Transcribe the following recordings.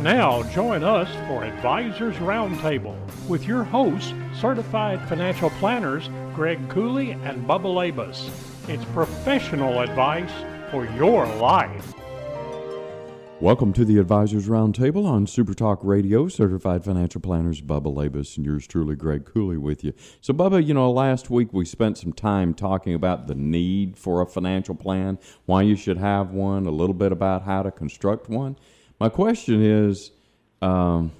Now, join us for Advisors Roundtable with your hosts, certified financial planners Greg Cooley and Bubba Labus. It's professional advice for your life. Welcome to the Advisors Roundtable on Super Talk Radio. Certified financial planners Bubba Labus and yours truly, Greg Cooley, with you. So, Bubba, you know, last week we spent some time talking about the need for a financial plan, why you should have one, a little bit about how to construct one. My question is um,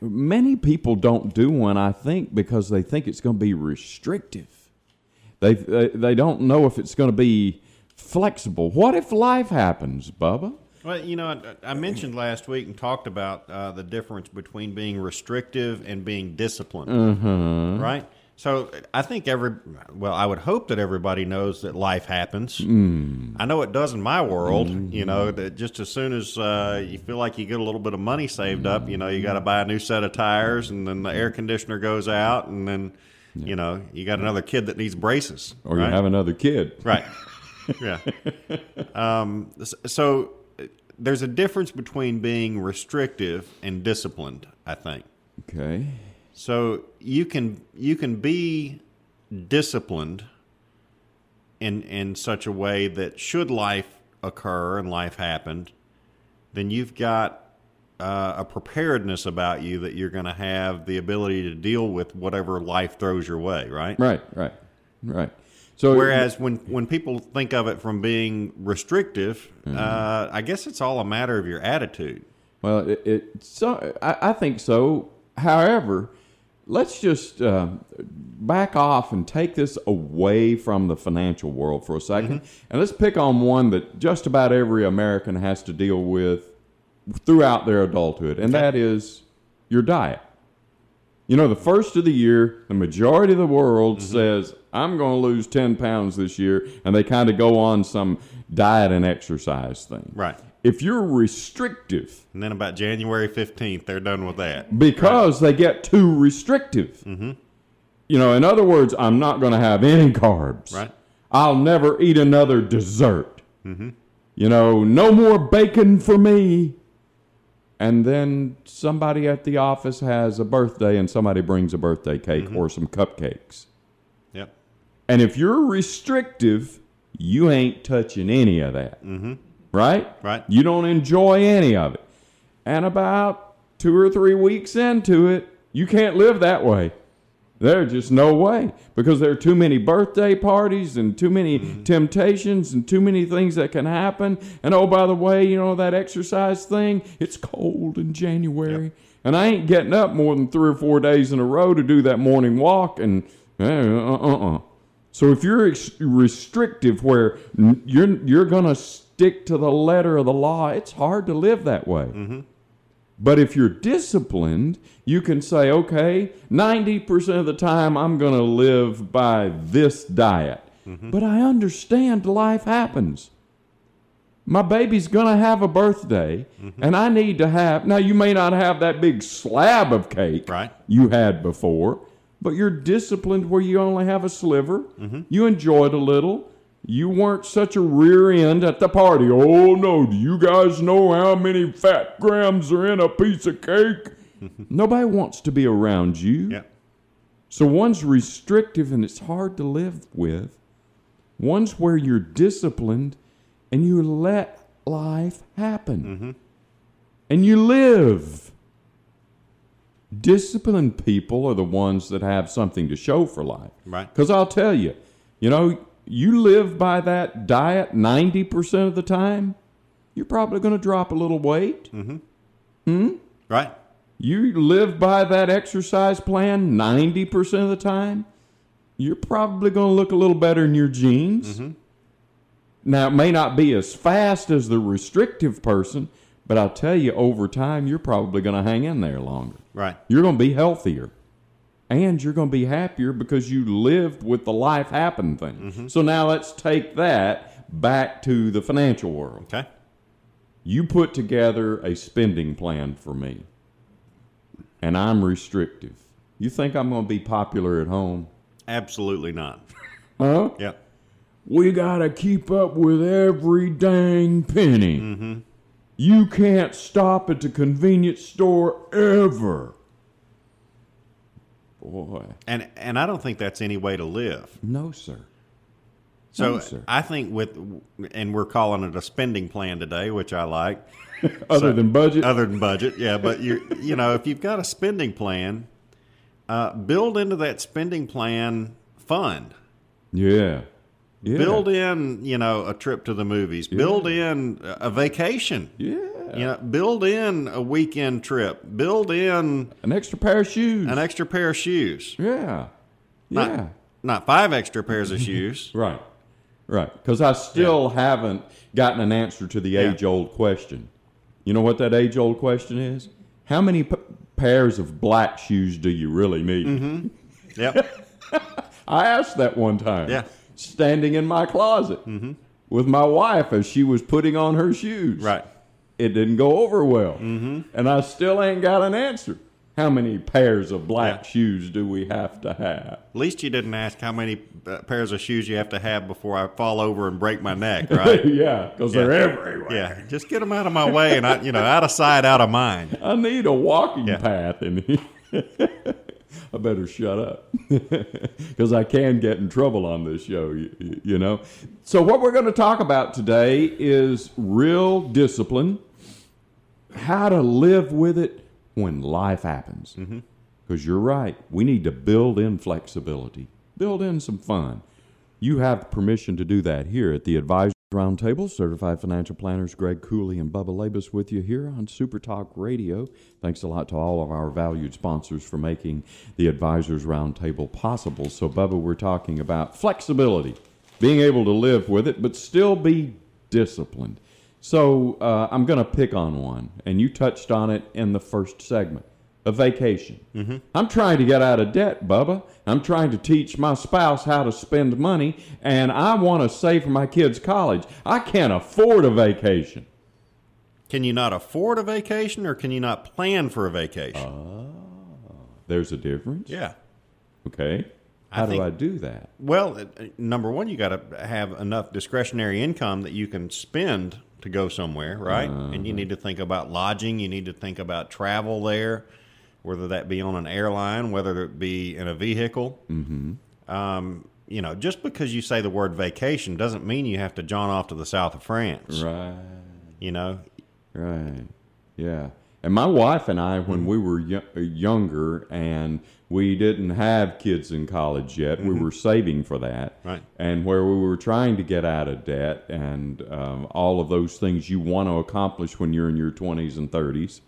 many people don't do one, I think, because they think it's going to be restrictive. They, they, they don't know if it's going to be flexible. What if life happens, Bubba? Well, you know, I, I mentioned last week and talked about uh, the difference between being restrictive and being disciplined, Mm-hmm. right? So I think every, well, I would hope that everybody knows that life happens. Mm. I know it does in my world. You know, Mm-hmm. that just as soon as uh, you feel like you get a little bit of money saved up, you know, you got to buy a new set of tires, and then the air conditioner goes out, and then, you know, you got another kid that needs braces, Or right? you have another kid? Right. Yeah. um, s- so uh, there's a difference between being restrictive and disciplined, I think. Okay. So you can you can be disciplined in in such a way that should life occur and life happened, then you've got uh, a preparedness about you that you're going to have the ability to deal with whatever life throws your way, right? Right, right, right. So Whereas when, when people think of it from being restrictive, uh, I guess it's all a matter of your attitude. well, it, it so I, I think so. However, let's just uh, back off and take this away from the financial world for a 2nd and let's pick on one that just about every American has to deal with throughout their adulthood, and that is your diet. You know, the first of the year, the majority of the world says, I'm going to lose 10 pounds this year, and they kind of go on some diet and exercise thing. Right. If you're restrictive And then about January 15th, they're done with that. because they get too restrictive, you know, in other words, I'm not going to have any carbs. Right. I'll never eat another dessert. You know, no more bacon for me. And then somebody at the office has a birthday and somebody brings a birthday cake or some cupcakes. Yep. And if you're restrictive, you ain't touching any of that. Mm-hmm. Right? Right. You don't enjoy any of it. And about two or three weeks into it, you can't live that way. There's just no way because there are too many birthday parties and too many temptations and too many things that can happen. And oh, by the way, you know, that exercise thing, it's cold in January. And I ain't getting up more than three or four days in a row to do that morning walk. And uh uh uh. So if you're ex- restrictive, where n- you're, you're going to stick to the letter of the law, it's hard to live that way. But if you're disciplined, you can say, okay, 90% of the time I'm going to live by this diet. But I understand life happens. My baby's going to have a birthday, and I need to have. Now, you may not have that big slab of cake Right. you had before, but you're disciplined where you only have a sliver. You enjoyed a little. You weren't such a rear end at the party. Oh no, do you guys know how many fat grams are in a piece of cake? Nobody wants to be around you. Yep. So one's restrictive and it's hard to live with. One's where you're disciplined and you let life happen. And you live. Disciplined people are the ones that have something to show for life. Right. Because I'll tell you, you know, you live by that diet 90% of the time, you're probably going to drop a little weight. Right. You live by that exercise plan 90% of the time, you're probably going to look a little better in your jeans. Now, it may not be as fast as the restrictive person, but I'll tell you, over time, you're probably going to hang in there longer. Right. You're going to be healthier. and you're going to be happier because you lived with the life happened thing. So now let's take that back to the financial world. Okay. You put together a spending plan for me, and I'm restrictive. You think I'm going to be popular at home? Absolutely not. Huh? Yep. we gotta keep up with every dang penny. Mm-hmm. You can't stop at the convenience store ever. Boy, And and I don't think that's any way to live. no, sir. So No, sir. I think with and we're calling it a spending plan today, which I like. Other than budget, other than budget, yeah, but you you know, if you've got a spending plan, uh, build into that spending plan fund. yeah, yeah, Build in, you know, a trip to the movies. Build in a a vacation. yeah, You know, build in a weekend trip. Build in an extra pair of shoes. an extra pair of shoes. yeah, Not, yeah, not five extra pairs of shoes. right, right. Because I still haven't gotten an answer to the Yeah. age-old question. You know what that age-old question is? How many p- pairs of black shoes do you really need? Mm-hmm. Yep. I asked that one time. Yeah. Mm-hmm. Standing in my closet with my wife as she was putting on her shoes. Right. Mm-hmm. It didn't go over well. And I still ain't got an answer. How many pairs of black Yeah. shoes do we have to have? At least you didn't ask how many uh, pairs of shoes you have to have before I fall over and break my neck, right? yeah, because they're everywhere. yeah. Just get them out of my way and I, you know, out of sight, out of mind. I need a walking Yeah. path in here. I better shut up because I can get in trouble on this show, you, you know. So, what we're going to talk about today is real discipline, how to live with it when life happens. Because you're right, we need to build in flexibility, build in some fun. You have permission to do that here at the Advisory Roundtable. Certified financial planners Greg Cooley and Bubba Labus with you here on Super Talk Radio. Thanks a lot to all of our valued sponsors for making the Advisors Roundtable possible. So, Bubba, we're talking about flexibility, being able to live with it, but still be disciplined. So, uh, I'm going to pick on one, and you touched on it in the first segment a vacation. Mm-hmm. I'm trying to get out of debt, Bubba. I'm trying to teach my spouse how to spend money, and I want to save for my kids' college. I can't afford a vacation. Can you not afford a vacation or can you not plan for a vacation? Uh, There's a difference. yeah. Okay. I How do think- I do that? Well, uh, uh, number one, you got to have enough discretionary income that you can spend to go somewhere, right? And you need to think about lodging. You need to think about travel there, whether that be on an airline, whether it be in a vehicle. Mm-hmm. Um, you know, just because you say the word vacation doesn't mean you have to john off to the south of France. Right. You know, Right. Yeah. And my wife and I, when we were yo- uh, younger and we didn't have kids in college yet, we were saving for that. Mm-hmm. Right. And where we were trying to get out of debt and um, all of those things you want to accomplish when you're in your 20s and 30s,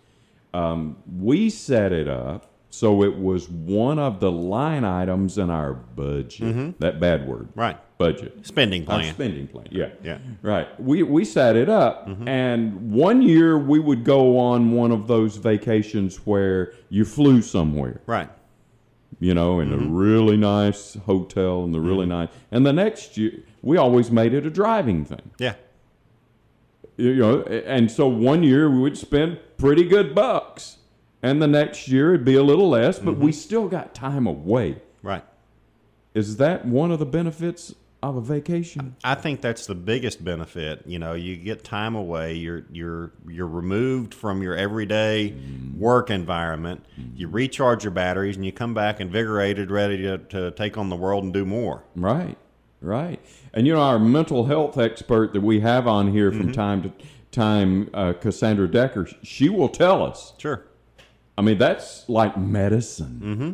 um, we set it up so it was one of the line items in our budget. That bad word. Mm-hmm. right? Budget. Spending Our plan. spending plan. Yeah. Yeah. Mm-hmm. Right. We we set it up, and one year we would go on one of those vacations where you flew somewhere, Right. you know, in Mm-hmm. a really nice hotel and the really nice. And the next year, we always made it a driving thing, Yeah. you know. And so one year we would spend pretty good bucks, and the next year it'd be a little less, but we Mm-hmm. still got time away. Right. Is that one of the benefits of a vacation? I think that's the biggest benefit. You know, you get time away. You're you're you're removed from your everyday work environment. You recharge your batteries, and you come back invigorated, ready to, to take on the world and do more. Right, right. And you know, our mental health expert that we have on here from time to time, uh, Cassandra Decker, she will tell us. Sure. I mean, that's like medicine. Mm-hmm.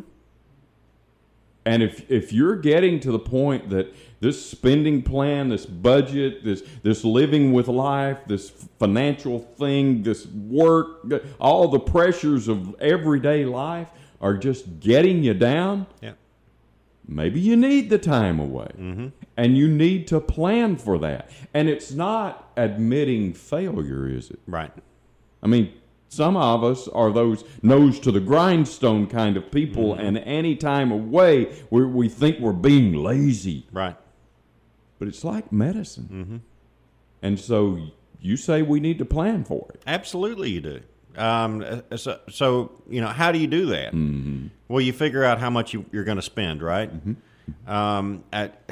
And if if you're getting to the point that this spending plan, this budget, this this living with life, this financial thing, this work, all the pressures of everyday life are just getting you down, Yeah. maybe you need the time away and you need to plan for that and it's not admitting failure is it Right. i mean Some of us are those nose to the grindstone kind of people, and any time away, we, we think we're being lazy Right. but it's like medicine. And so you say we need to plan for it. Absolutely, you do. Um, uh, so, so, you know, how do you do that? Mm-hmm. Well, you figure out how much you, you're going to spend, right? Um, at,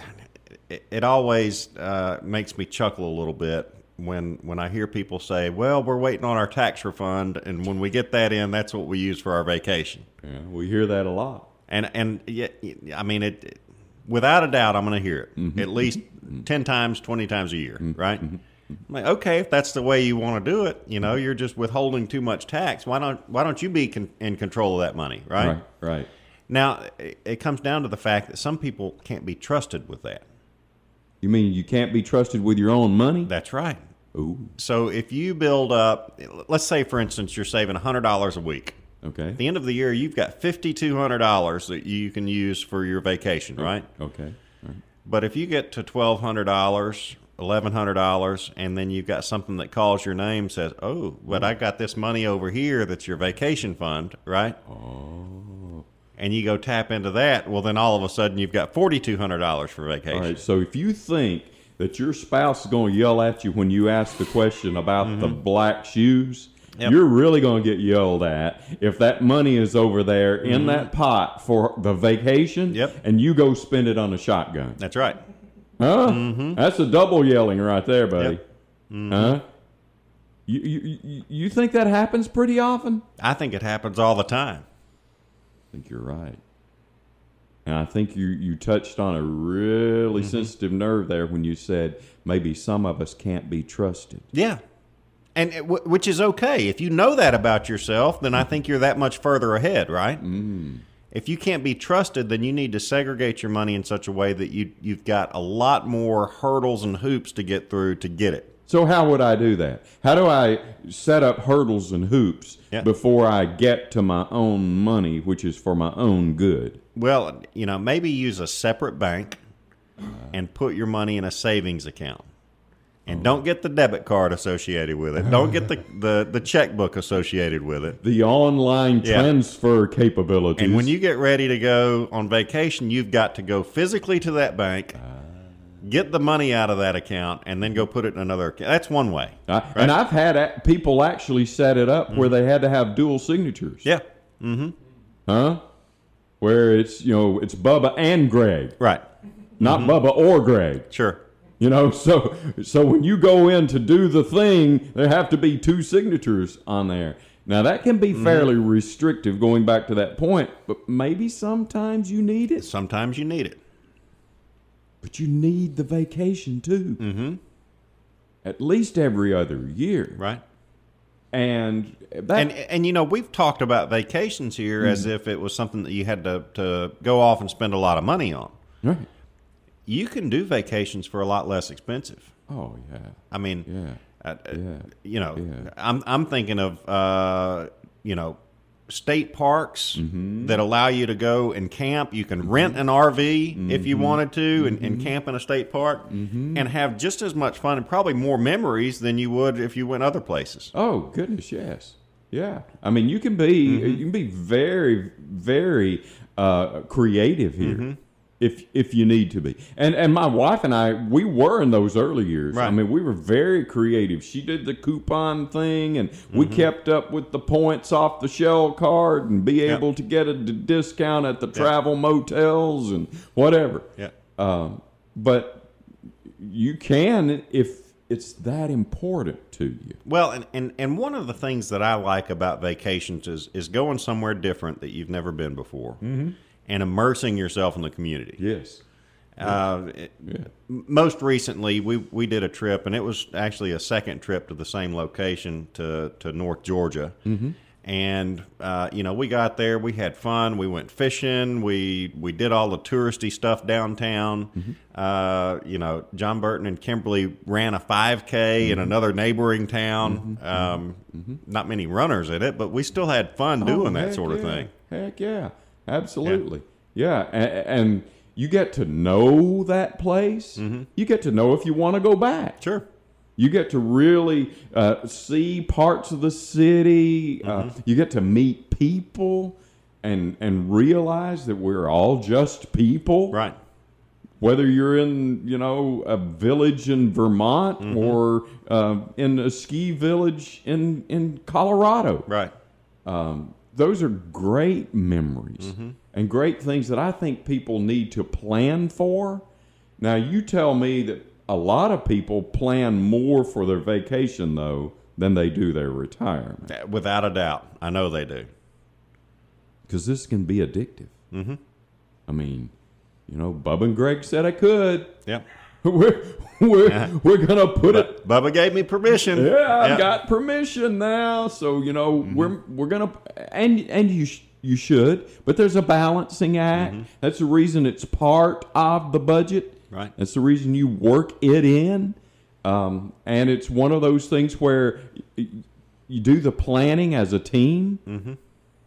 it, it always uh, makes me chuckle a little bit when when I hear people say, "Well, we're waiting on our tax refund, and when we get that in, that's what we use for our vacation." Yeah, we hear that a lot. And and yeah, I mean it. Without a doubt, I'm going to hear it at least ten times, twenty times a year, right? I'm like, okay, if that's the way you want to do it, you know, you're just withholding too much tax. Why don't Why don't you be con- in control of that money, right? Right, right. Now, it, it comes down to the fact that some people can't be trusted with that. You mean you can't be trusted with your own money? That's right. Ooh, So if you build up, let's say, for instance, you're saving hundred dollars a week. okay. At the end of the year, you've got fifty two hundred dollars that you can use for your vacation, right? Okay. all right. But if you get to twelve hundred dollars, eleven hundred dollars, and then you've got something that calls your name, says, "Oh, but I got this money over here that's your vacation fund, right?" Oh. And you go tap into that. Well, then all of a sudden you've got forty two hundred dollars for vacation. All right. So if you think that your spouse is going to yell at you when you ask the question about the black shoes, Mm-hmm. Yep. you're really going to get yelled at if that money is over there in that pot for the vacation Mm-hmm. Yep. and you go spend it on a shotgun. That's right. Huh? That's a double yelling right there, buddy. Mm-hmm. Yep. Mm-hmm. Huh? You, you, you, you think that happens pretty often? I think it happens all the time. I think you're right. And I think you, you touched on a really Mm-hmm. sensitive nerve there when you said maybe some of us can't be trusted. Yeah. And it- wh- which is okay. If you know that about yourself, then I think you're that much further ahead, right? Mm. If you can't be trusted, then you need to segregate your money in such a way that you you've got a lot more hurdles and hoops to get through to get it. So, how would I do that? How do I set up hurdles and hoops Yeah. before I get to my own money, which is for my own good? Well, you know, maybe use a separate bank and put your money in a savings account. And don't get the debit card associated with it. Don't get the, the, the checkbook associated with it. The online Yeah. transfer capabilities. And when you get ready to go on vacation, you've got to go physically to that bank, get the money out of that account, and then go put it in another account. That's one way. I, And I've had a- people actually set it up where they had to have dual signatures. Mm-hmm. Yeah. Huh? Where it's, you know, it's Bubba and Greg, Right. not Mm-hmm. Bubba or Greg. Sure. You know, so so when you go in to do the thing, there have to be two signatures on there. Now that can Mm-hmm. be fairly restrictive going back to that point, but maybe sometimes you need it. Sometimes you need it. But you need the vacation too. Mm-hmm. At least every other year. Right. And that And and you know, we've talked about vacations here as if it was something that you had to, to go off and spend a lot of money on. right. You can do vacations for a lot less expensive. Oh yeah. I mean, Yeah. uh, uh, Yeah. you know, Yeah. I'm I'm thinking of uh, you know state parks Mm-hmm. that allow you to go and camp. You can rent an RV if Mm-hmm. you wanted to and, and camp in a state park and have just as much fun and probably more memories than you would if you went other places. Oh goodness, yes, yeah. I mean, you can be Mm-hmm. you can be very very uh, creative here. Mm-hmm. If, if you need to be, and and my wife and I, we were in those early years. I Right. mean, we were very creative. She did the coupon thing, and we Mm-hmm. kept up with the points off the shell card, and be Yep. able to get a d- discount at the travel motels and whatever. Yeah. Um, but you can if it's that important to you. Well, and, and, and one of the things that I like about vacations is, is going somewhere different that you've never been before Mm-hmm. and immersing yourself in the community. Yes. Uh, it- m- Most recently, we, we did a trip, and it was actually a second trip to the same location to, to North Georgia. Mm-hmm. And uh, you know, we got there, we had fun, we went fishing, we we did all the touristy stuff downtown. Mm-hmm. Uh, you know, John Burton and Kimberly ran a 5K in Mm-hmm. another neighboring town. Um, Not many runners in it, but we still had fun doing Oh, that heck sort of yeah. thing. Heck yeah, absolutely. Yeah, a- a- And, you get to know that place. You get to know if you want to go back. Mm-hmm. Sure. You get to really uh, see parts of the city. Mm-hmm. Uh, you get to meet people and and realize that we're all just people. Right. Whether you're in you know a village in Vermont Mm-hmm. or uh, in a ski village in in Colorado Right. um, those are great memories and great things that I think people need to plan for. Now, you tell me that a lot of people plan more for their vacation, though, than they do their retirement That- Without a doubt. I know they do. because this can be addictive. Mm-hmm. I mean, you know, Bub and Greg said I could. Yep. We're, we're, we're going to put it But Bubba gave me permission. Yeah, I've Yep. got permission now. So you know, we're we're gonna and and you sh- you should, but there's a balancing act. That's the reason it's part of the budget. Right. That's the reason you work it in. Um, and it's one of those things where y- you do the planning as a team.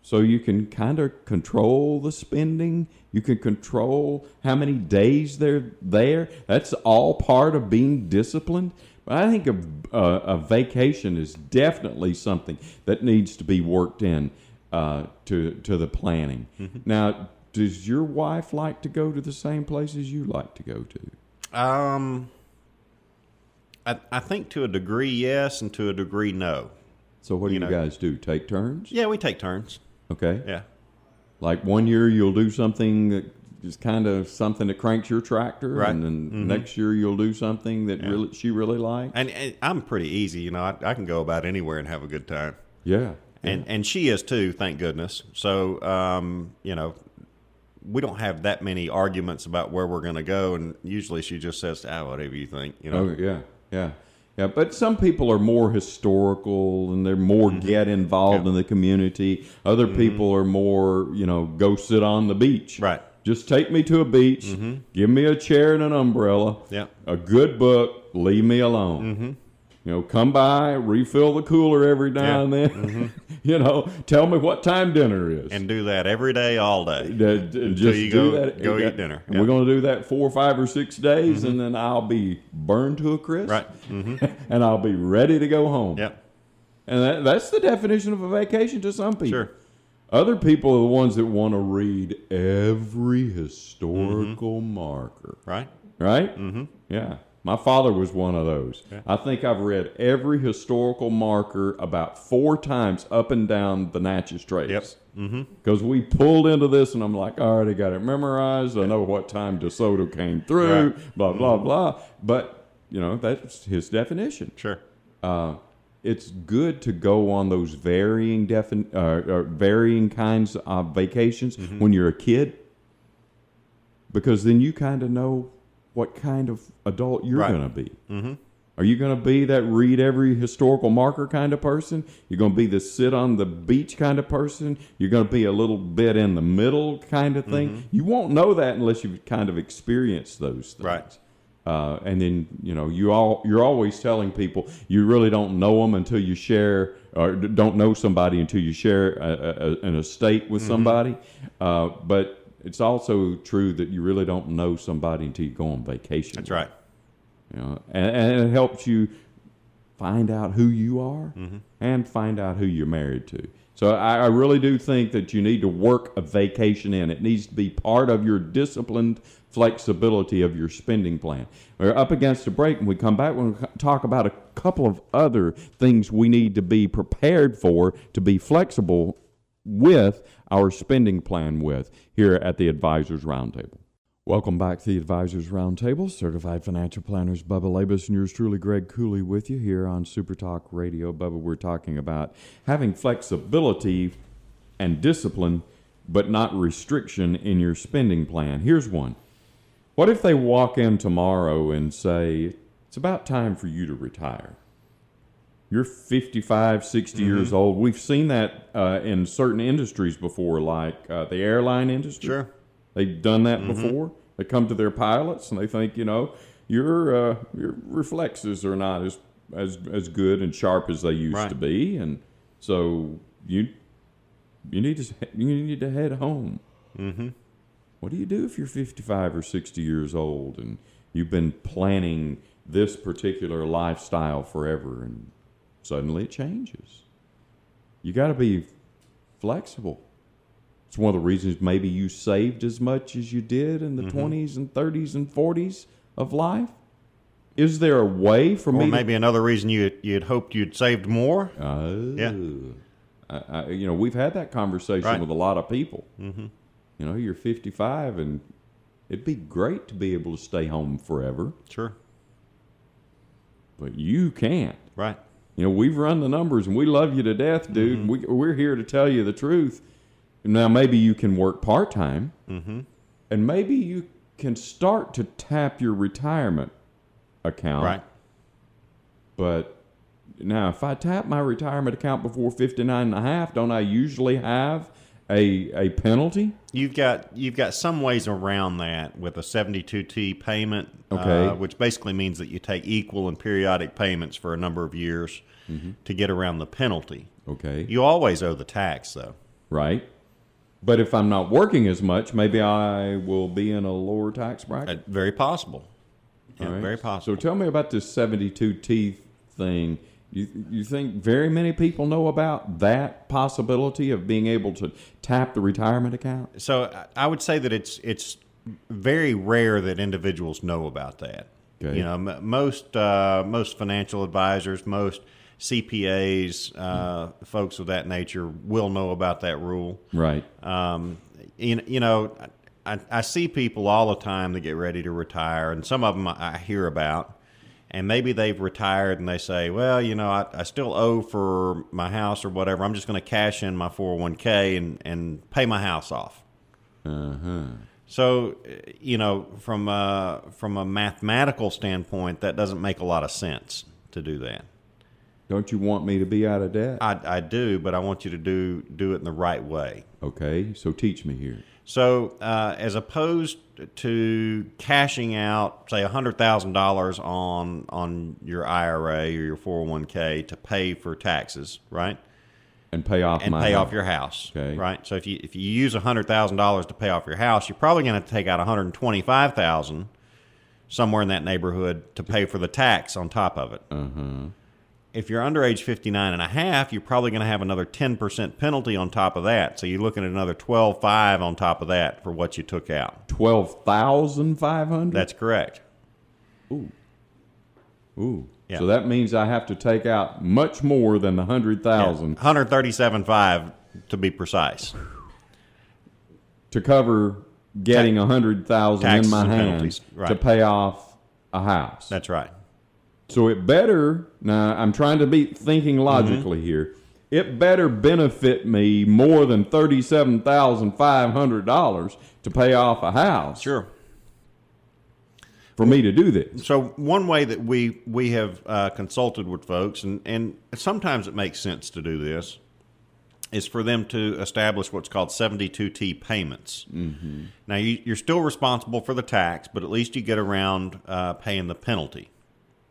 So you can kind of control the spending. You can control how many days they're there. That's all part of being disciplined. But I think a, a, a vacation is definitely something that needs to be worked in uh, to to the planning. Mm-hmm. Now, does your wife like to go to the same places you like to go to? Um, I, I think to a degree, yes, and to a degree, no. So what do you, You know. guys do? Take turns? Yeah, we take turns. Okay. Yeah. Like one year you'll do something that is kind of something that cranks your tractor, Right. Mm-hmm. and then next year you'll do something that really she really likes. And, and I'm pretty easy, you know. I, I can go about anywhere and have a good time. yeah. and and she is too, thank goodness. So um, you know, we don't have that many arguments about where we're going to go, and usually she just says, "Ah, whatever you think," you know. Oh yeah, yeah, yeah. But some people are more historical and they're more Mm-hmm. get involved in the community. Other people are more, you know, go sit on the beach. Right. Mm-hmm. Just take me to a beach. Give me a chair and an umbrella. Yeah. A good book. Leave me alone. Mm-hmm. You know, come by, refill the cooler every now Yeah. Mm-hmm. and then. you know, tell me what time dinner is. And do that every day, all day. That- and just you do go- that. go yeah. eat dinner. And Yeah. Mm-hmm. We're going to do that four, five, or six days, and then I'll be burned to a crisp. Right. Mm-hmm. and I'll be ready to go home. Yep. And that, that's the definition of a vacation to some people. Sure. Other people are the ones that want to read every historical Mm-hmm. marker. Right. Right? Mm-hmm. Yeah. My father was one of those. I think I've read every historical marker about four times up and down the Natchez Trace. Yep. Because we pulled into this, and I'm like, I already got it memorized. I know what time DeSoto came through, blah, blah, blah. But, you know, that's his definition. Sure. Uh, it's good to go on those varying defin- uh, uh, varying kinds of vacations Mm-hmm. when you're a kid, because then you kind of know what kind of adult you're Right. going to be. Mm-hmm. Are you going to be that read every historical marker kind of person? You're going to be the sit on the beach kind of person. You're going to be a little bit in the middle kind of Mm-hmm. thing. You won't know that unless you've kind of experienced those things Right. uh, and then you know you all you're always telling people you really don't know them until you share or d- don't know somebody until you share a, a, a- an estate with somebody uh, but it's also true that you really don't know somebody until you go on vacation That's right. you know, and, and it helps you find out who you are and find out who you're married to. So I, I really do think that you need to work a vacation in. It needs to be part of your disciplined flexibility of your spending plan. We're up against a break, and we come back. We'll c- talk about a couple of other things we need to be prepared for to be flexible with our spending plan with here at the Advisors Roundtable. Welcome back to the Advisors Roundtable. Certified financial planners Bubba Labus and yours truly, Greg Cooley, with you here on Super Talk Radio. Bubba, we're talking about having flexibility and discipline, but not restriction in your spending plan. Here's one. What if they walk in tomorrow and say, It's about time for you to retire? You're 55, 60 years old. We've seen that uh, in certain industries before, like uh, the airline industry. Sure. They've done that before. They come to their pilots and they think, you know, your uh, your reflexes are not as as as good and sharp as they used Right. to be, and so you you need to you need to head home. What do you do if you're 55 or 60 years old and you've been planning this particular lifestyle forever, and suddenly it changes. You got to be flexible. It's one of the reasons maybe you saved as much as you did in the Mm-hmm. 20s and 30s and 40s of life. Is there a way for me? Or to- maybe another reason you you'd hoped you'd saved more. Oh, Yeah. I, I, you know, we've had that conversation Right. with a lot of people. Mm-hmm. You know, you're 55, and it'd be great to be able to stay home forever, Sure. but you can't. Right. You know, we've run the numbers, and we love you to death, dude. Mm-hmm. We, we're here to tell you the truth. Now, maybe you can work part time, Mm-hmm. and maybe you can start to tap your retirement account. Right. But now, if I tap my retirement account before 59 and a half, don't I usually have a, a penalty? You've got you've got some ways around that with a 72T payment, Okay. uh, which basically means that you take equal and periodic payments for a number of years Mm-hmm. to get around the penalty. Okay. You always owe the tax though. right. But if I'm not working as much, maybe I will be in a lower tax Uh, bracket. very possible. Yeah, All right. Very possible. So tell me about this 72 teeth thing. You, you think very many people know about that possibility of being able to tap the retirement account? so I- I would say that it's it's very rare that individuals know about that. Okay. You know, m- most uh, most financial advisors, most CPAs, uh, Mm-hmm. folks of that nature will know about that rule. Right. Um, you, you know, I, I see people all the time that get ready to retire, and some of them I I hear about, and maybe they've retired and they say, well, you know, I, I still owe for my house or whatever. I'm just going to cash in my 401k and, and pay my house off. So, uh, you know, from a, from a mathematical standpoint, that doesn't make a lot of sense to do that. Don't you want me to be out of debt? I, I do, but I want you to do do it in the right way. Okay. So teach me here. So, uh, as opposed to cashing out, say, hundred thousand dollars on on your IRA or your four hundred one k to pay for taxes, right, and pay off and my pay house. off your house, Okay. right. So, if you if you use hundred thousand dollars to pay off your house, you're probably going to take out one hundred twenty five thousand somewhere in that neighborhood to pay for the tax on top of it. Uh-huh. If you're under age 59 and a half, you're probably going to have another 10% penalty on top of that. So you're looking at another 12.5 on top of that for what you took out. twelve thousand five hundred. That's correct. ooh. Yeah. So that means I have to take out much more than the hundred thousand 137.5 to be precise. to cover getting a hundred thousand in Taxes my and hand penalties, right. to pay off a house. That's right. so it better. Now I'm trying to be thinking Mm-hmm. logically here. It better benefit me more than thirty-seven thousand five hundred dollars to pay off a house Sure. for me to do this. So one way that we we have uh, consulted with folks, and and sometimes it makes sense to do this, is for them to establish what's called seventy two T payments. Mm-hmm. Now you, you're still responsible for the tax, but at least you get around uh, paying the penalty.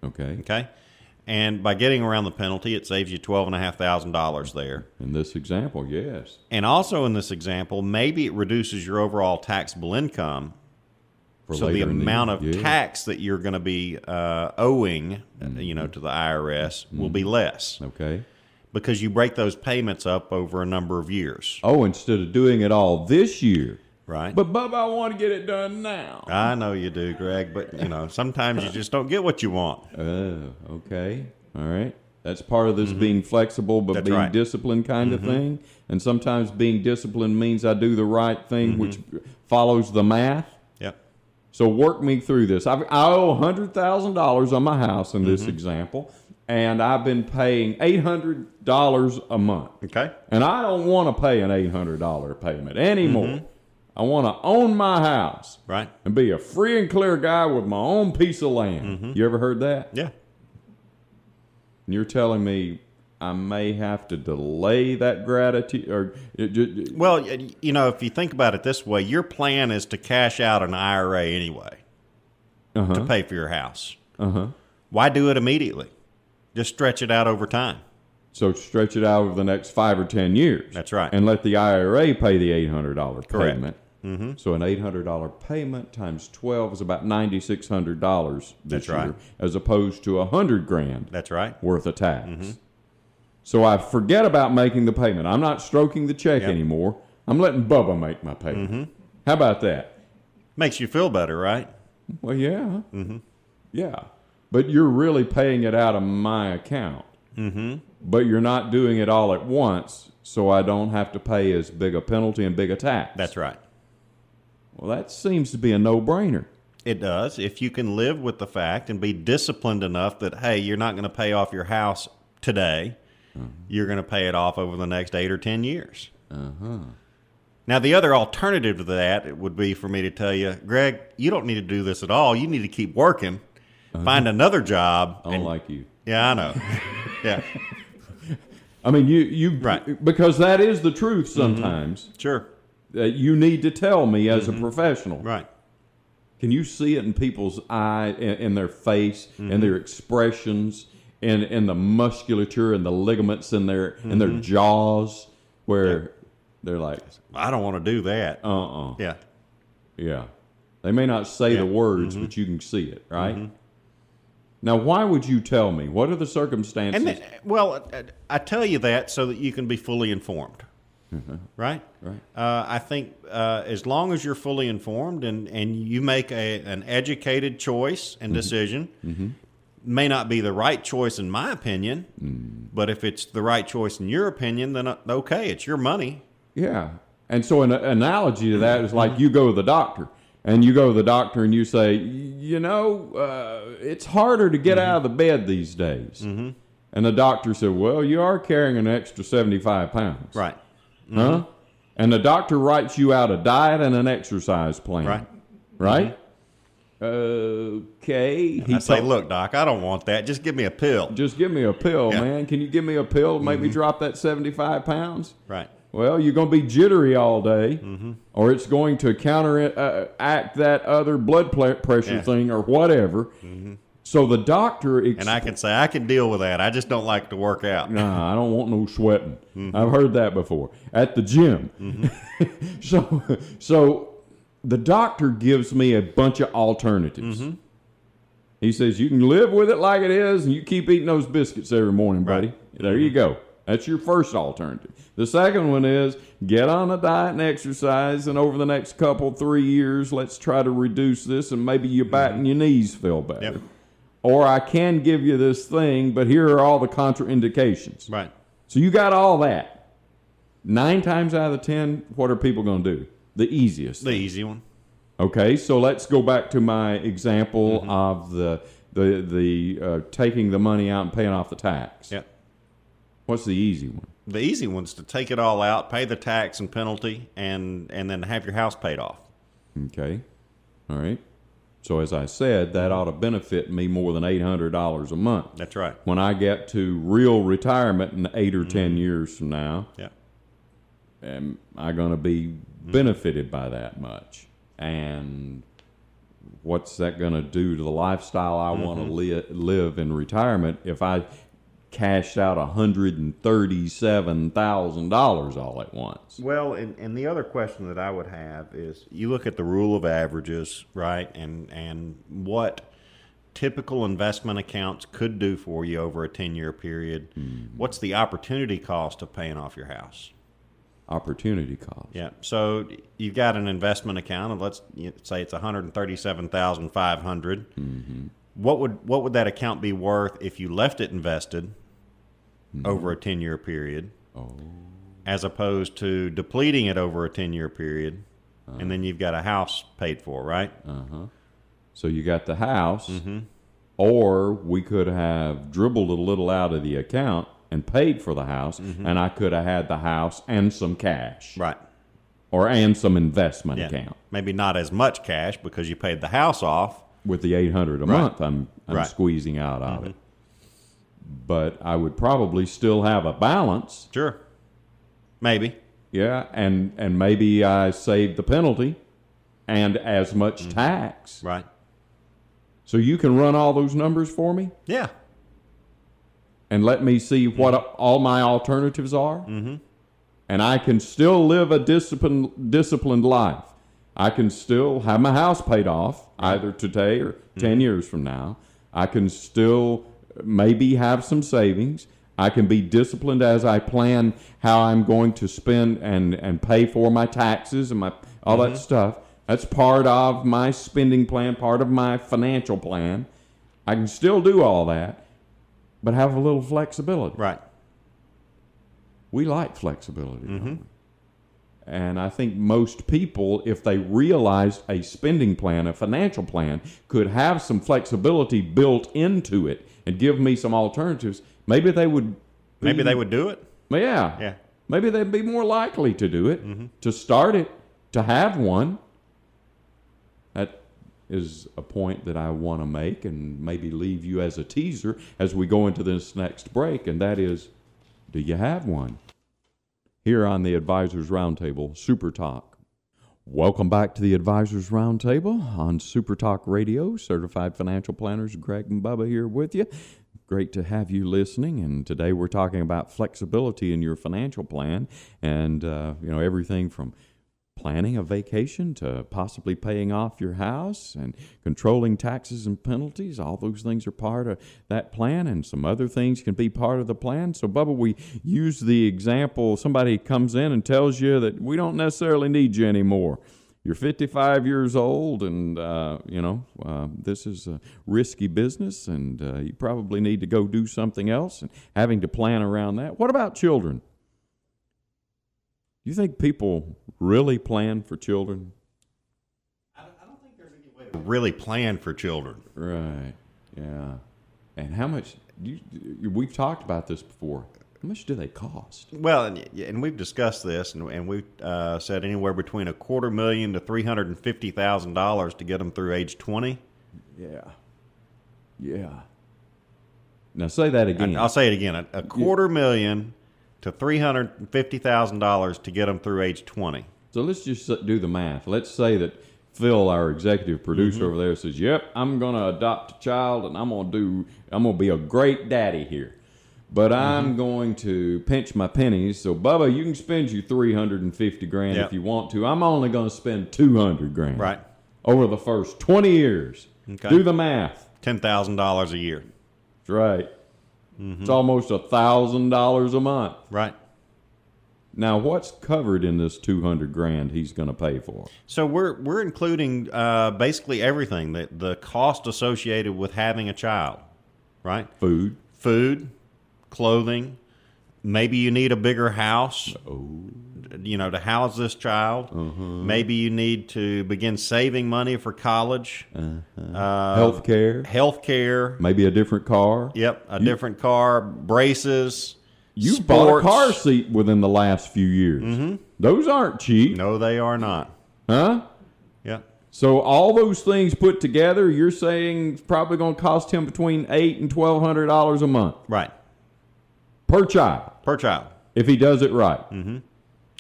Okay. Okay. And by getting around the penalty, it saves you twelve and a half thousand dollars there. In this example, yes. And also in this example, maybe it reduces your overall taxable income For so the later in amount of year. Yeah. tax that you're going to be uh, owing, uh you Mm-hmm. know, to the IRS will be less Okay. because you break those payments up over a number of years, Oh, instead of doing it all this year. right? But Bubba, I want to get it done now. I know you do, Greg, but you know, sometimes you just don't get what you want. Oh, okay. All right. That's part of this being flexible but Mm-hmm. That's being right. Mm-hmm. disciplined kind of thing. And sometimes being disciplined means I do the right thing, which Mm-hmm. follows the math. Yep. So work me through this. I've, I owe hundred thousand dollars on my house in Mm-hmm. this example, and I've been paying eight hundred dollars a month. Okay. and I don't want to pay an eight hundred dollar payment anymore. I want to own my house Mm-hmm. Right. and be a free and clear guy with my own piece of land. You ever heard that? Mm-hmm. Yeah. And you're telling me I may have to delay that gratitude or it ju- Well, y- you know, if you think about it this way, your plan is to cash out an IRA anyway to pay for your house. uh-huh. Why do it immediately? Just stretch it out over time. So stretch it out over the next five or ten years. That's right. And let the IRA pay the eight hundred dollar Correct. Mm-hmm. payment. So an eight hundred dollar payment times twelve is about ninety six hundred dollars this That's right. year, as opposed to a hundred grand That's right. worth of tax. Mm-hmm. So I forget about making the payment. I'm not stroking the check Yep. Mm-hmm. anymore. I'm letting Bubba make my payment. How about that? Makes you feel better, right? Well, yeah, mm-hmm. yeah, but you're really paying it out of my account. Mm-hmm. But you're not doing it all at once, so I don't have to pay as big a penalty and big a tax. That's right. Well, that seems to be a no-brainer. It does. If you can live with the fact and be disciplined enough that, hey, you're not going to pay off your house today, you're going to pay it off over the next eight or 10 years. Uh-huh. Now, the other alternative to that would be for me to tell you, Greg, you don't need to do this at all. You need to keep working, find another job. I don't like you. yeah, I know. yeah, I mean, you you Right. Mm-hmm. because that is the truth sometimes sure. that you need to tell me as a professional. Mm-hmm. Right. Can you see it in people's eye, in, in their face, in their expressions, in in the musculature and the ligaments in their in their jaws, where they're like, I don't want to do that. uh, uh yeah. yeah. They may not say the words, but you can see it, right? Now, why would you tell me? What are the circumstances? And then, well, uh, I tell you that so that you can be fully informed, right? Mm-hmm. Right. Uh, I think uh, as long as you're fully informed and and you make a an educated choice Mm-hmm. and decision, may not be the right choice in my opinion, Mm. but if it's the right choice in your opinion, then uh, okay, it's your money. Yeah. And so an analogy to that is like you go to the doctor and you go to the doctor and you say, you know, uh, it's harder to get out of the bed these days. Mm-hmm. And the doctor said, well, you are carrying an extra 75 pounds. Right. Mm-hmm. Huh? And the doctor writes you out a diet and an exercise plan. Right. Mm-hmm. Right? Okay. He I say, told- look, doc, I don't want that. Just give me a pill. just give me a pill, Yeah. Mm-hmm. man. Can you give me a pill to make me drop that 75 pounds? Right. Well, you're going to be jittery all day, Mm-hmm. or it's going to counteract uh, act that other blood pl- pressure Yeah. Mm-hmm. thing or whatever. So the doctor, ex- And I can say I can deal with that. I just don't like to work out. nah, I don't want no sweating. I've heard that before at the gym. so, so the doctor gives me a bunch of alternatives. He says you can live with it like it is, and you keep eating those biscuits every morning, buddy. There you go. That's your first alternative. The second one is get on a diet and exercise, and over the next couple three years, let's try to reduce this, and maybe your back and your knees feel better. Yep. Or I can give you this thing, but here are all the contraindications. Right. So you got all that. Nine times out of the ten, what are people going to do? The easiest. The easy one. Okay, so let's go back to my example Mm-hmm. of the the the uh, taking the money out and paying off the tax. Yeah. What's the easy one? The easy one's to take it all out, pay the tax and penalty, and and then have your house paid off. Okay, all right. So as I said, that ought to benefit me more than eight hundred dollars a month. That's right. When I get to real retirement in eight or Mm-hmm. ten years from now, Yeah. am I going to be benefited by that much? And what's that going to do to the lifestyle I want Mm-hmm. to li- live in retirement if I cashed out $137,000 all at once? Well, and, and the other question that I would have is you look at the rule of averages, right? And and what typical investment accounts could do for you over a 10-year period. What's the opportunity cost of paying off your house? Opportunity cost. Yeah. So you've got an investment account of let's you know, say it's 137,500. Mm-hmm. What would what would that account be worth if you left it invested over a 10-year period Mm-hmm. Oh, as opposed to depleting it over a 10-year period and Uh. then you've got a house paid for, right? so you got the house, Mm-hmm. or we could have dribbled a little out of the account and paid for the house, and I could have had the house and some cash. Mm-hmm. Right. or and some investment Yeah. account Maybe not as much cash because you paid the house off. with the 800 a month I'm, I'm Right. Mm-hmm. squeezing out of it. But I would probably still have a balance. Sure. Maybe. Yeah, and and maybe I saved the penalty and as much tax. Mm-hmm. Right. So you can run all those numbers for me Yeah. and let me see what all my alternatives are. Mm-hmm. And I can still live a disciplined disciplined life. I can still have my house paid off either today or 10 years from now. I can still maybe have some savings. I can be disciplined as I plan how I'm going to spend and, and pay for my taxes and my all that stuff. That's part of my spending plan, part of my financial plan. I can still do all that, but have a little flexibility Right. we like flexibility. Mm-hmm. don't we? And I think most people, if they realized a spending plan, a financial plan, could have some flexibility built into it and give me some alternatives, maybe they would. be- Maybe they would do it. Yeah. Yeah. Maybe they'd be more likely to do it, to start it, to have one. That is a point that I want to make and maybe leave you as a teaser as we go into this next break, and that is do you have one? Here on the Advisors Roundtable, Super Talk. Welcome back to the Advisors Roundtable on Super Talk Radio. Certified financial planners Greg and Bubba here with you. Great to have you listening. And today we're talking about flexibility in your financial plan, and uh, you know everything from planning a vacation to possibly paying off your house and controlling taxes and penalties. All those things are part of that plan, and some other things can be part of the plan. So, Bubba, we use the example somebody comes in and tells you that we don't necessarily need you anymore. You're 55 years old, and uh, you know uh, this is a risky business, and uh, you probably need to go do something else. And having to plan around that. What about children? You think people really plan for children? Really plan for children. Right. Yeah. And how much? You, you- we've talked about this before. How much do they cost? Well, and, and we've discussed this, and, and we've uh, said anywhere between a quarter million to three hundred and fifty thousand dollars to get them through age twenty. Yeah. Yeah. Now say that again. And I'll say it again: a, a quarter million to three hundred and fifty thousand dollars to get them through age twenty. so let's just do the math. Let's say that Phil, our executive producer Mm-hmm. over there, says, "Yep, I'm going to adopt a child, and I'm going to do. I'm going to be a great daddy here." But Mm-hmm. I'm going to pinch my pennies. So, Bubba, you can spend you 350 grand Yep. if you want to. I'm only going to spend 200 grand. Right, over the first 20 years. Okay. Do the math. ten thousand dollars a year. That's right. Mm-hmm. It's almost a thousand dollars a month. Right. Now, what's covered in this 200 grand he's going to pay for? So we're we're including uh, basically everything that the cost associated with having a child, right? Food. Food, clothing. Maybe you need a bigger house, you know, to house this child. Maybe you need to begin saving money for college, uh, health care, health care. maybe a different car. Yep, a different car, braces. You bought a sports. Mm-hmm. car seat within the last few years. Those aren't cheap, No, they are not. huh? Yep. So all those things put together, you're saying it's probably going to cost him between eight and twelve hundred dollars a month Right. per child Per child. if he does it right. Mm.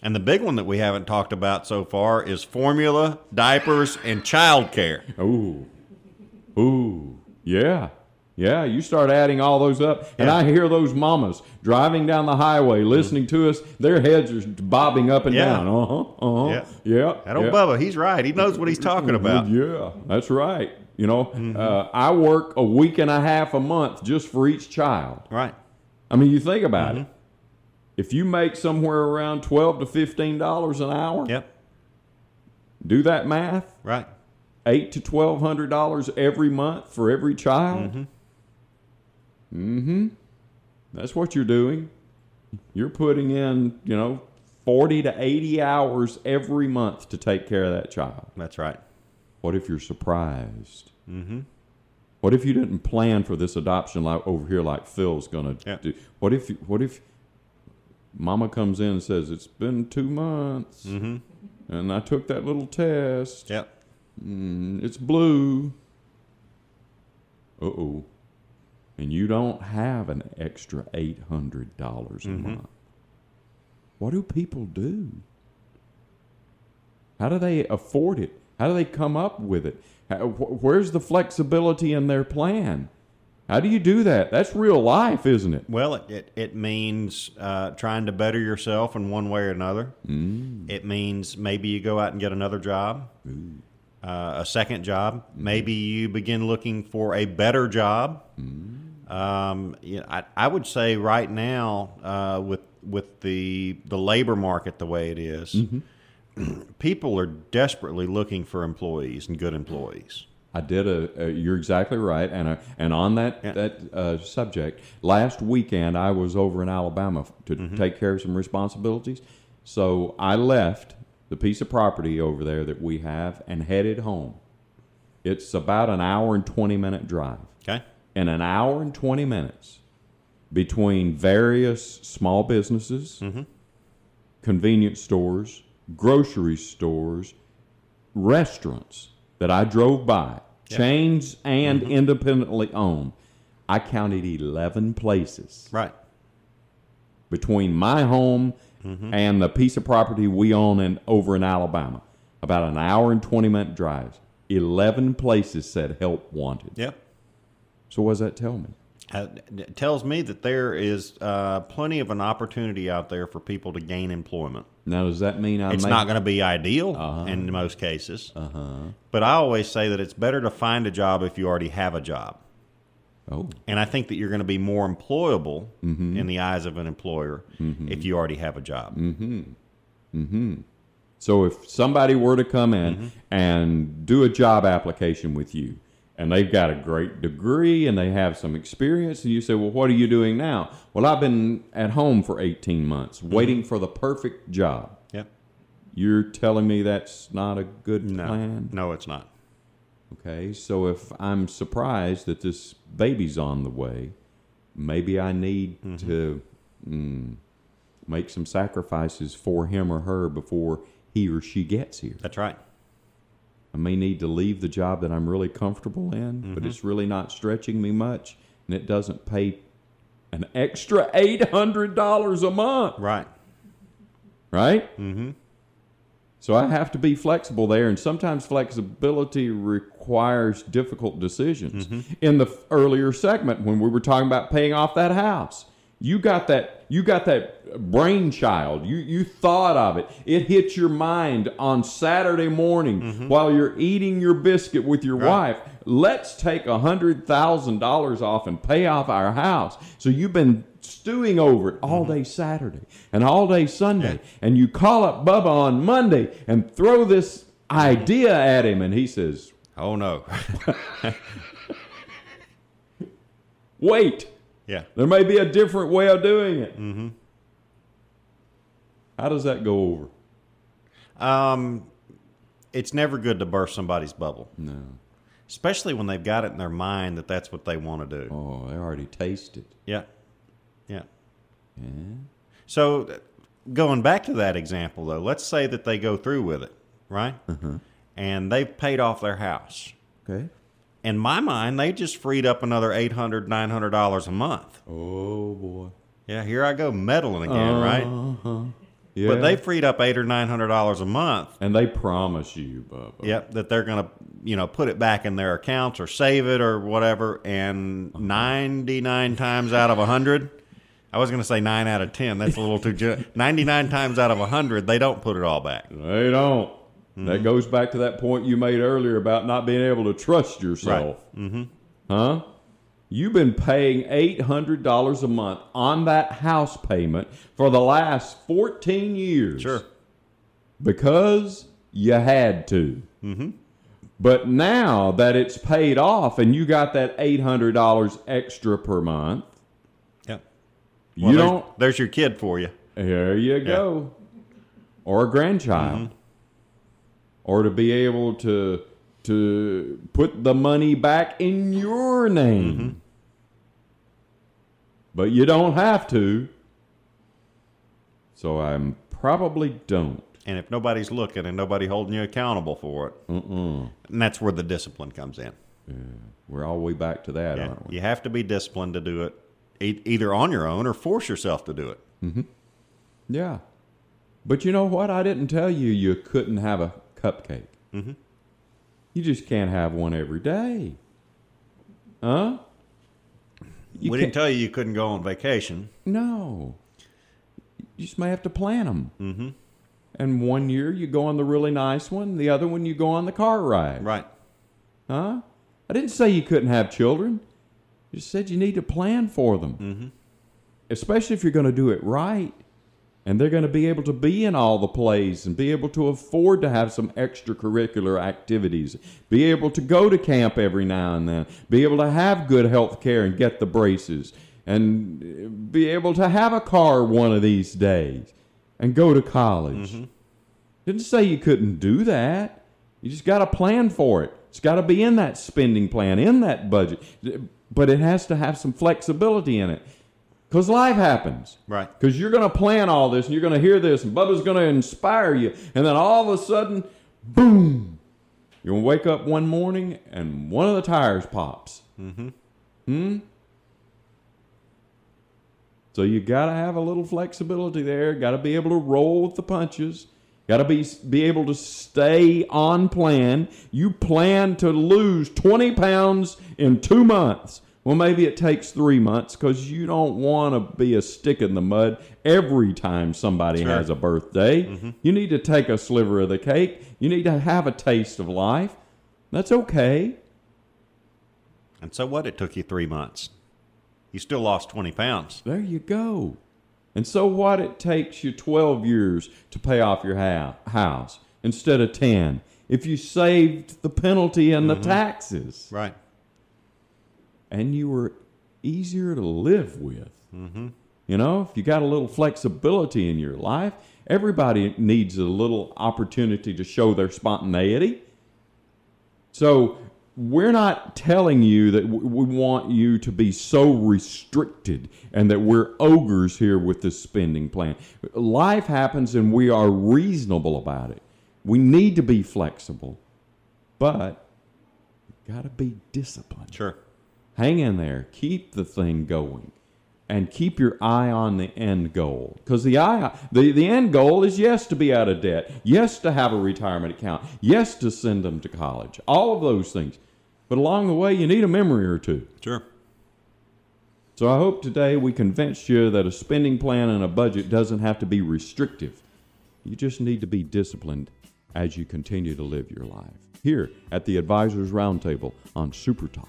And the big one that we haven't talked about so far is formula, diapers, and childcare. Ooh. Ooh. Yeah. Yeah. You start adding all those up. And I hear those mamas driving down the highway listening to us. Their heads are bobbing up and Mm-hmm. Yeah. down. Uh huh. Uh huh. Yeah. Yeah. Yeah. That old yeah. Bubba, he's right. He knows what he's talking about. Mm-hmm. Yeah. That's right. You know, uh, I work a week and a half a month just for each child. Right. I mean, you think about Mm-hmm. it. If you make somewhere around twelve to fifteen dollars an hour, Yep. do that math. Right. eight to twelve hundred dollars every month for every child. Mm-hmm. That's what you're doing. You're putting in, you know, forty to eighty hours every month to take care of that child. That's right. What if you're surprised? Mm-hmm. What if you didn't plan for this adoption like over here, like Phil's gonna Yeah. do? What if? you- What if? Mama comes in and says, "It's been two months, and I took that little test, Yep. Mm, it's blue. Uh oh. And you don't have an extra eight hundred dollars a month. What do people do? How do they afford it? How do they come up with it? How, wh- where's the flexibility in their plan? How do you do that? That's real life, isn't it? Well, it, it, it means uh, trying to better yourself in one way or another. Mm. It means maybe you go out and get another job, uh, a second job. Maybe you begin looking for a better job. Um, you know, I, I would say right now uh, with with the the labor market the way it is, people are desperately looking for employees and good employees. I did a, a. You're exactly right, and I, and on that that uh, subject, last weekend I was over in Alabama f- to take care of some responsibilities, so I left the piece of property over there that we have and headed home. It's about an hour and twenty minute drive Okay. in an hour and 20 minutes between various small businesses, Mm-hmm. convenience stores, grocery stores, restaurants that I drove by, chains and Mm-hmm. independently owned. I counted 11 places Right. between my home Mm-hmm. and the piece of property we own in, over in Alabama. About an hour and 20 minute drives. 11 places said help wanted. Yep. So, what does that tell me? Uh, it tells me that there is uh, plenty of an opportunity out there for people to gain employment. Now, does that mean I It's may- Uh-huh. not going to be ideal in most cases, but I always say that it's better to find a job if you already have a job. Oh, And I think that you're going to be more employable Mm-hmm. in the eyes of an employer if you already have a job. Mm. so if somebody were to come in Mm-hmm. and do a job application with you, and they've got a great degree and they have some experience, and you say, "Well, what are you doing now?" Well, I've been at home for 18 months Mm-hmm. waiting for the perfect job. Yep. You're telling me that's not a good No, plan? no, it's not. Okay, so if I'm surprised that this baby's on the way, maybe I need Mm-hmm. to mm, make some sacrifices for him or her before he or she gets here. That's right. I may need to leave the job that I'm really comfortable in, but it's really not stretching me much, and it doesn't pay an extra $800 a month, Right. right? Mm-hmm. So I have to be flexible there, and sometimes flexibility requires difficult decisions. In the f- earlier segment, when we were talking about paying off that house, you got that you got that brainchild. You you thought of it. It hit your mind on Saturday morning while you're eating your biscuit with your wife. Let's take a hundred thousand dollars off and pay off our house. So you've been stewing over it all day Saturday and all day Sunday, and you call up Bubba on Monday and throw this idea at him, and he says, Oh, no. "Wait, yeah. there may be a different way of doing it." Mm-hmm. How does that go over? Um, it's never good to burst somebody's bubble. No. Especially when they've got it in their mind that that's what they want to do. Oh, they already tasted. Yeah. Yeah. So, th- going back to that example, though, let's say that they go through with it, right? And they've paid off their house. Okay. In my mind, they just freed up another $800, $900 a month. Oh boy. Yeah, here I go meddling again, right? Yeah. But they freed up eight or nine hundred dollars a month and they promise you, Bubba. Yep, that they're going to, you know, put it back in their accounts or save it or whatever. And 99 times out of 100, I was going to say 9 out of 10. That's a little too ju- 99 times out of 100, they don't put it all back. They don't. That goes back to that point you made earlier about not being able to trust yourself. Mm-hmm. Huh? You've been paying $800 a month on that house payment for the last 14 years. Sure. Because you had to. Mm-hmm. But now that it's paid off and you got that $800 extra per month, Yep. you there's, don't. There's your kid for you. Here you go. Or a grandchild. Or to be able to to put the money back in your name. But you don't have to. So I probably don't. And if nobody's looking and nobody holding you accountable for it, and that's where the discipline comes in. We're all the way back to that, Yeah. aren't we? You have to be disciplined to do it e- either on your own or force yourself to do it. Yeah. But you know what? I didn't tell you you couldn't have a cupcake. Mm-hmm. You just can't have one every day. Huh? You we can't- didn't tell you you couldn't go on vacation. No. You just may have to plan them. Mm-hmm. And one year you go on the really nice one, the other one you go on the car ride. Right. Huh? I didn't say you couldn't have children. You said you need to plan for them. Mm-hmm. Especially if you're going to do it right. And they're going to be able to be in all the plays and be able to afford to have some extracurricular activities, be able to go to camp every now and then, be able to have good health care and get the braces, and uh, be able to have a car one of these days and go to college. Didn't say you couldn't do that. You just got to plan for it. It's got to be in that spending plan, in that budget, but it has to have some flexibility in it because life happens. Right. Because you're going to plan all this and you're going to hear this, and Bubba's going to inspire you. And then all of a sudden, boom, you're going to wake up one morning and one of the tires pops. Mm hmm. Hmm? So you got to have a little flexibility there, got to be able to roll with the punches. Got to be be able to stay on plan. You plan to lose 20 pounds in 2 months. Well, maybe it takes 3 months cuz you don't want to be a stick in the mud every time somebody Sure. has a birthday. You need to take a sliver of the cake. You need to have a taste of life. That's okay. And so what? It took you three months. You still lost 20 pounds. There you go. And so what? It takes you 12 years to pay off your ha- house instead of 10 if you saved the penalty and the taxes Right. and you were easier to live with. Mm-hmm. You know, if you got a little flexibility in your life, everybody needs a little opportunity to show their spontaneity. So we're not telling you that w- we want you to be so restricted and that we're ogres here with this spending plan. Life happens and we are reasonable about it. We need to be flexible, but got to be disciplined Sure. hang in there keep the thing going and keep your eye on the end goal because the eye the, the end goal is yes to be out of debt yes to have a retirement account yes to send them to college all of those things but along the way you need a memory or two Sure. so I hope today we convinced you that a spending plan and a budget doesn't have to be restrictive. You just need to be disciplined as you continue to live your life. Here at the Advisors Roundtable on Super Talk.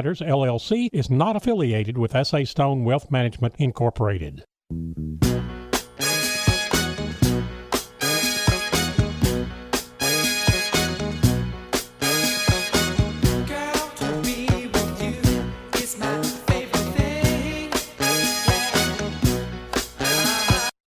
LLC is not affiliated with S.A. Stone Wealth Management Incorporated.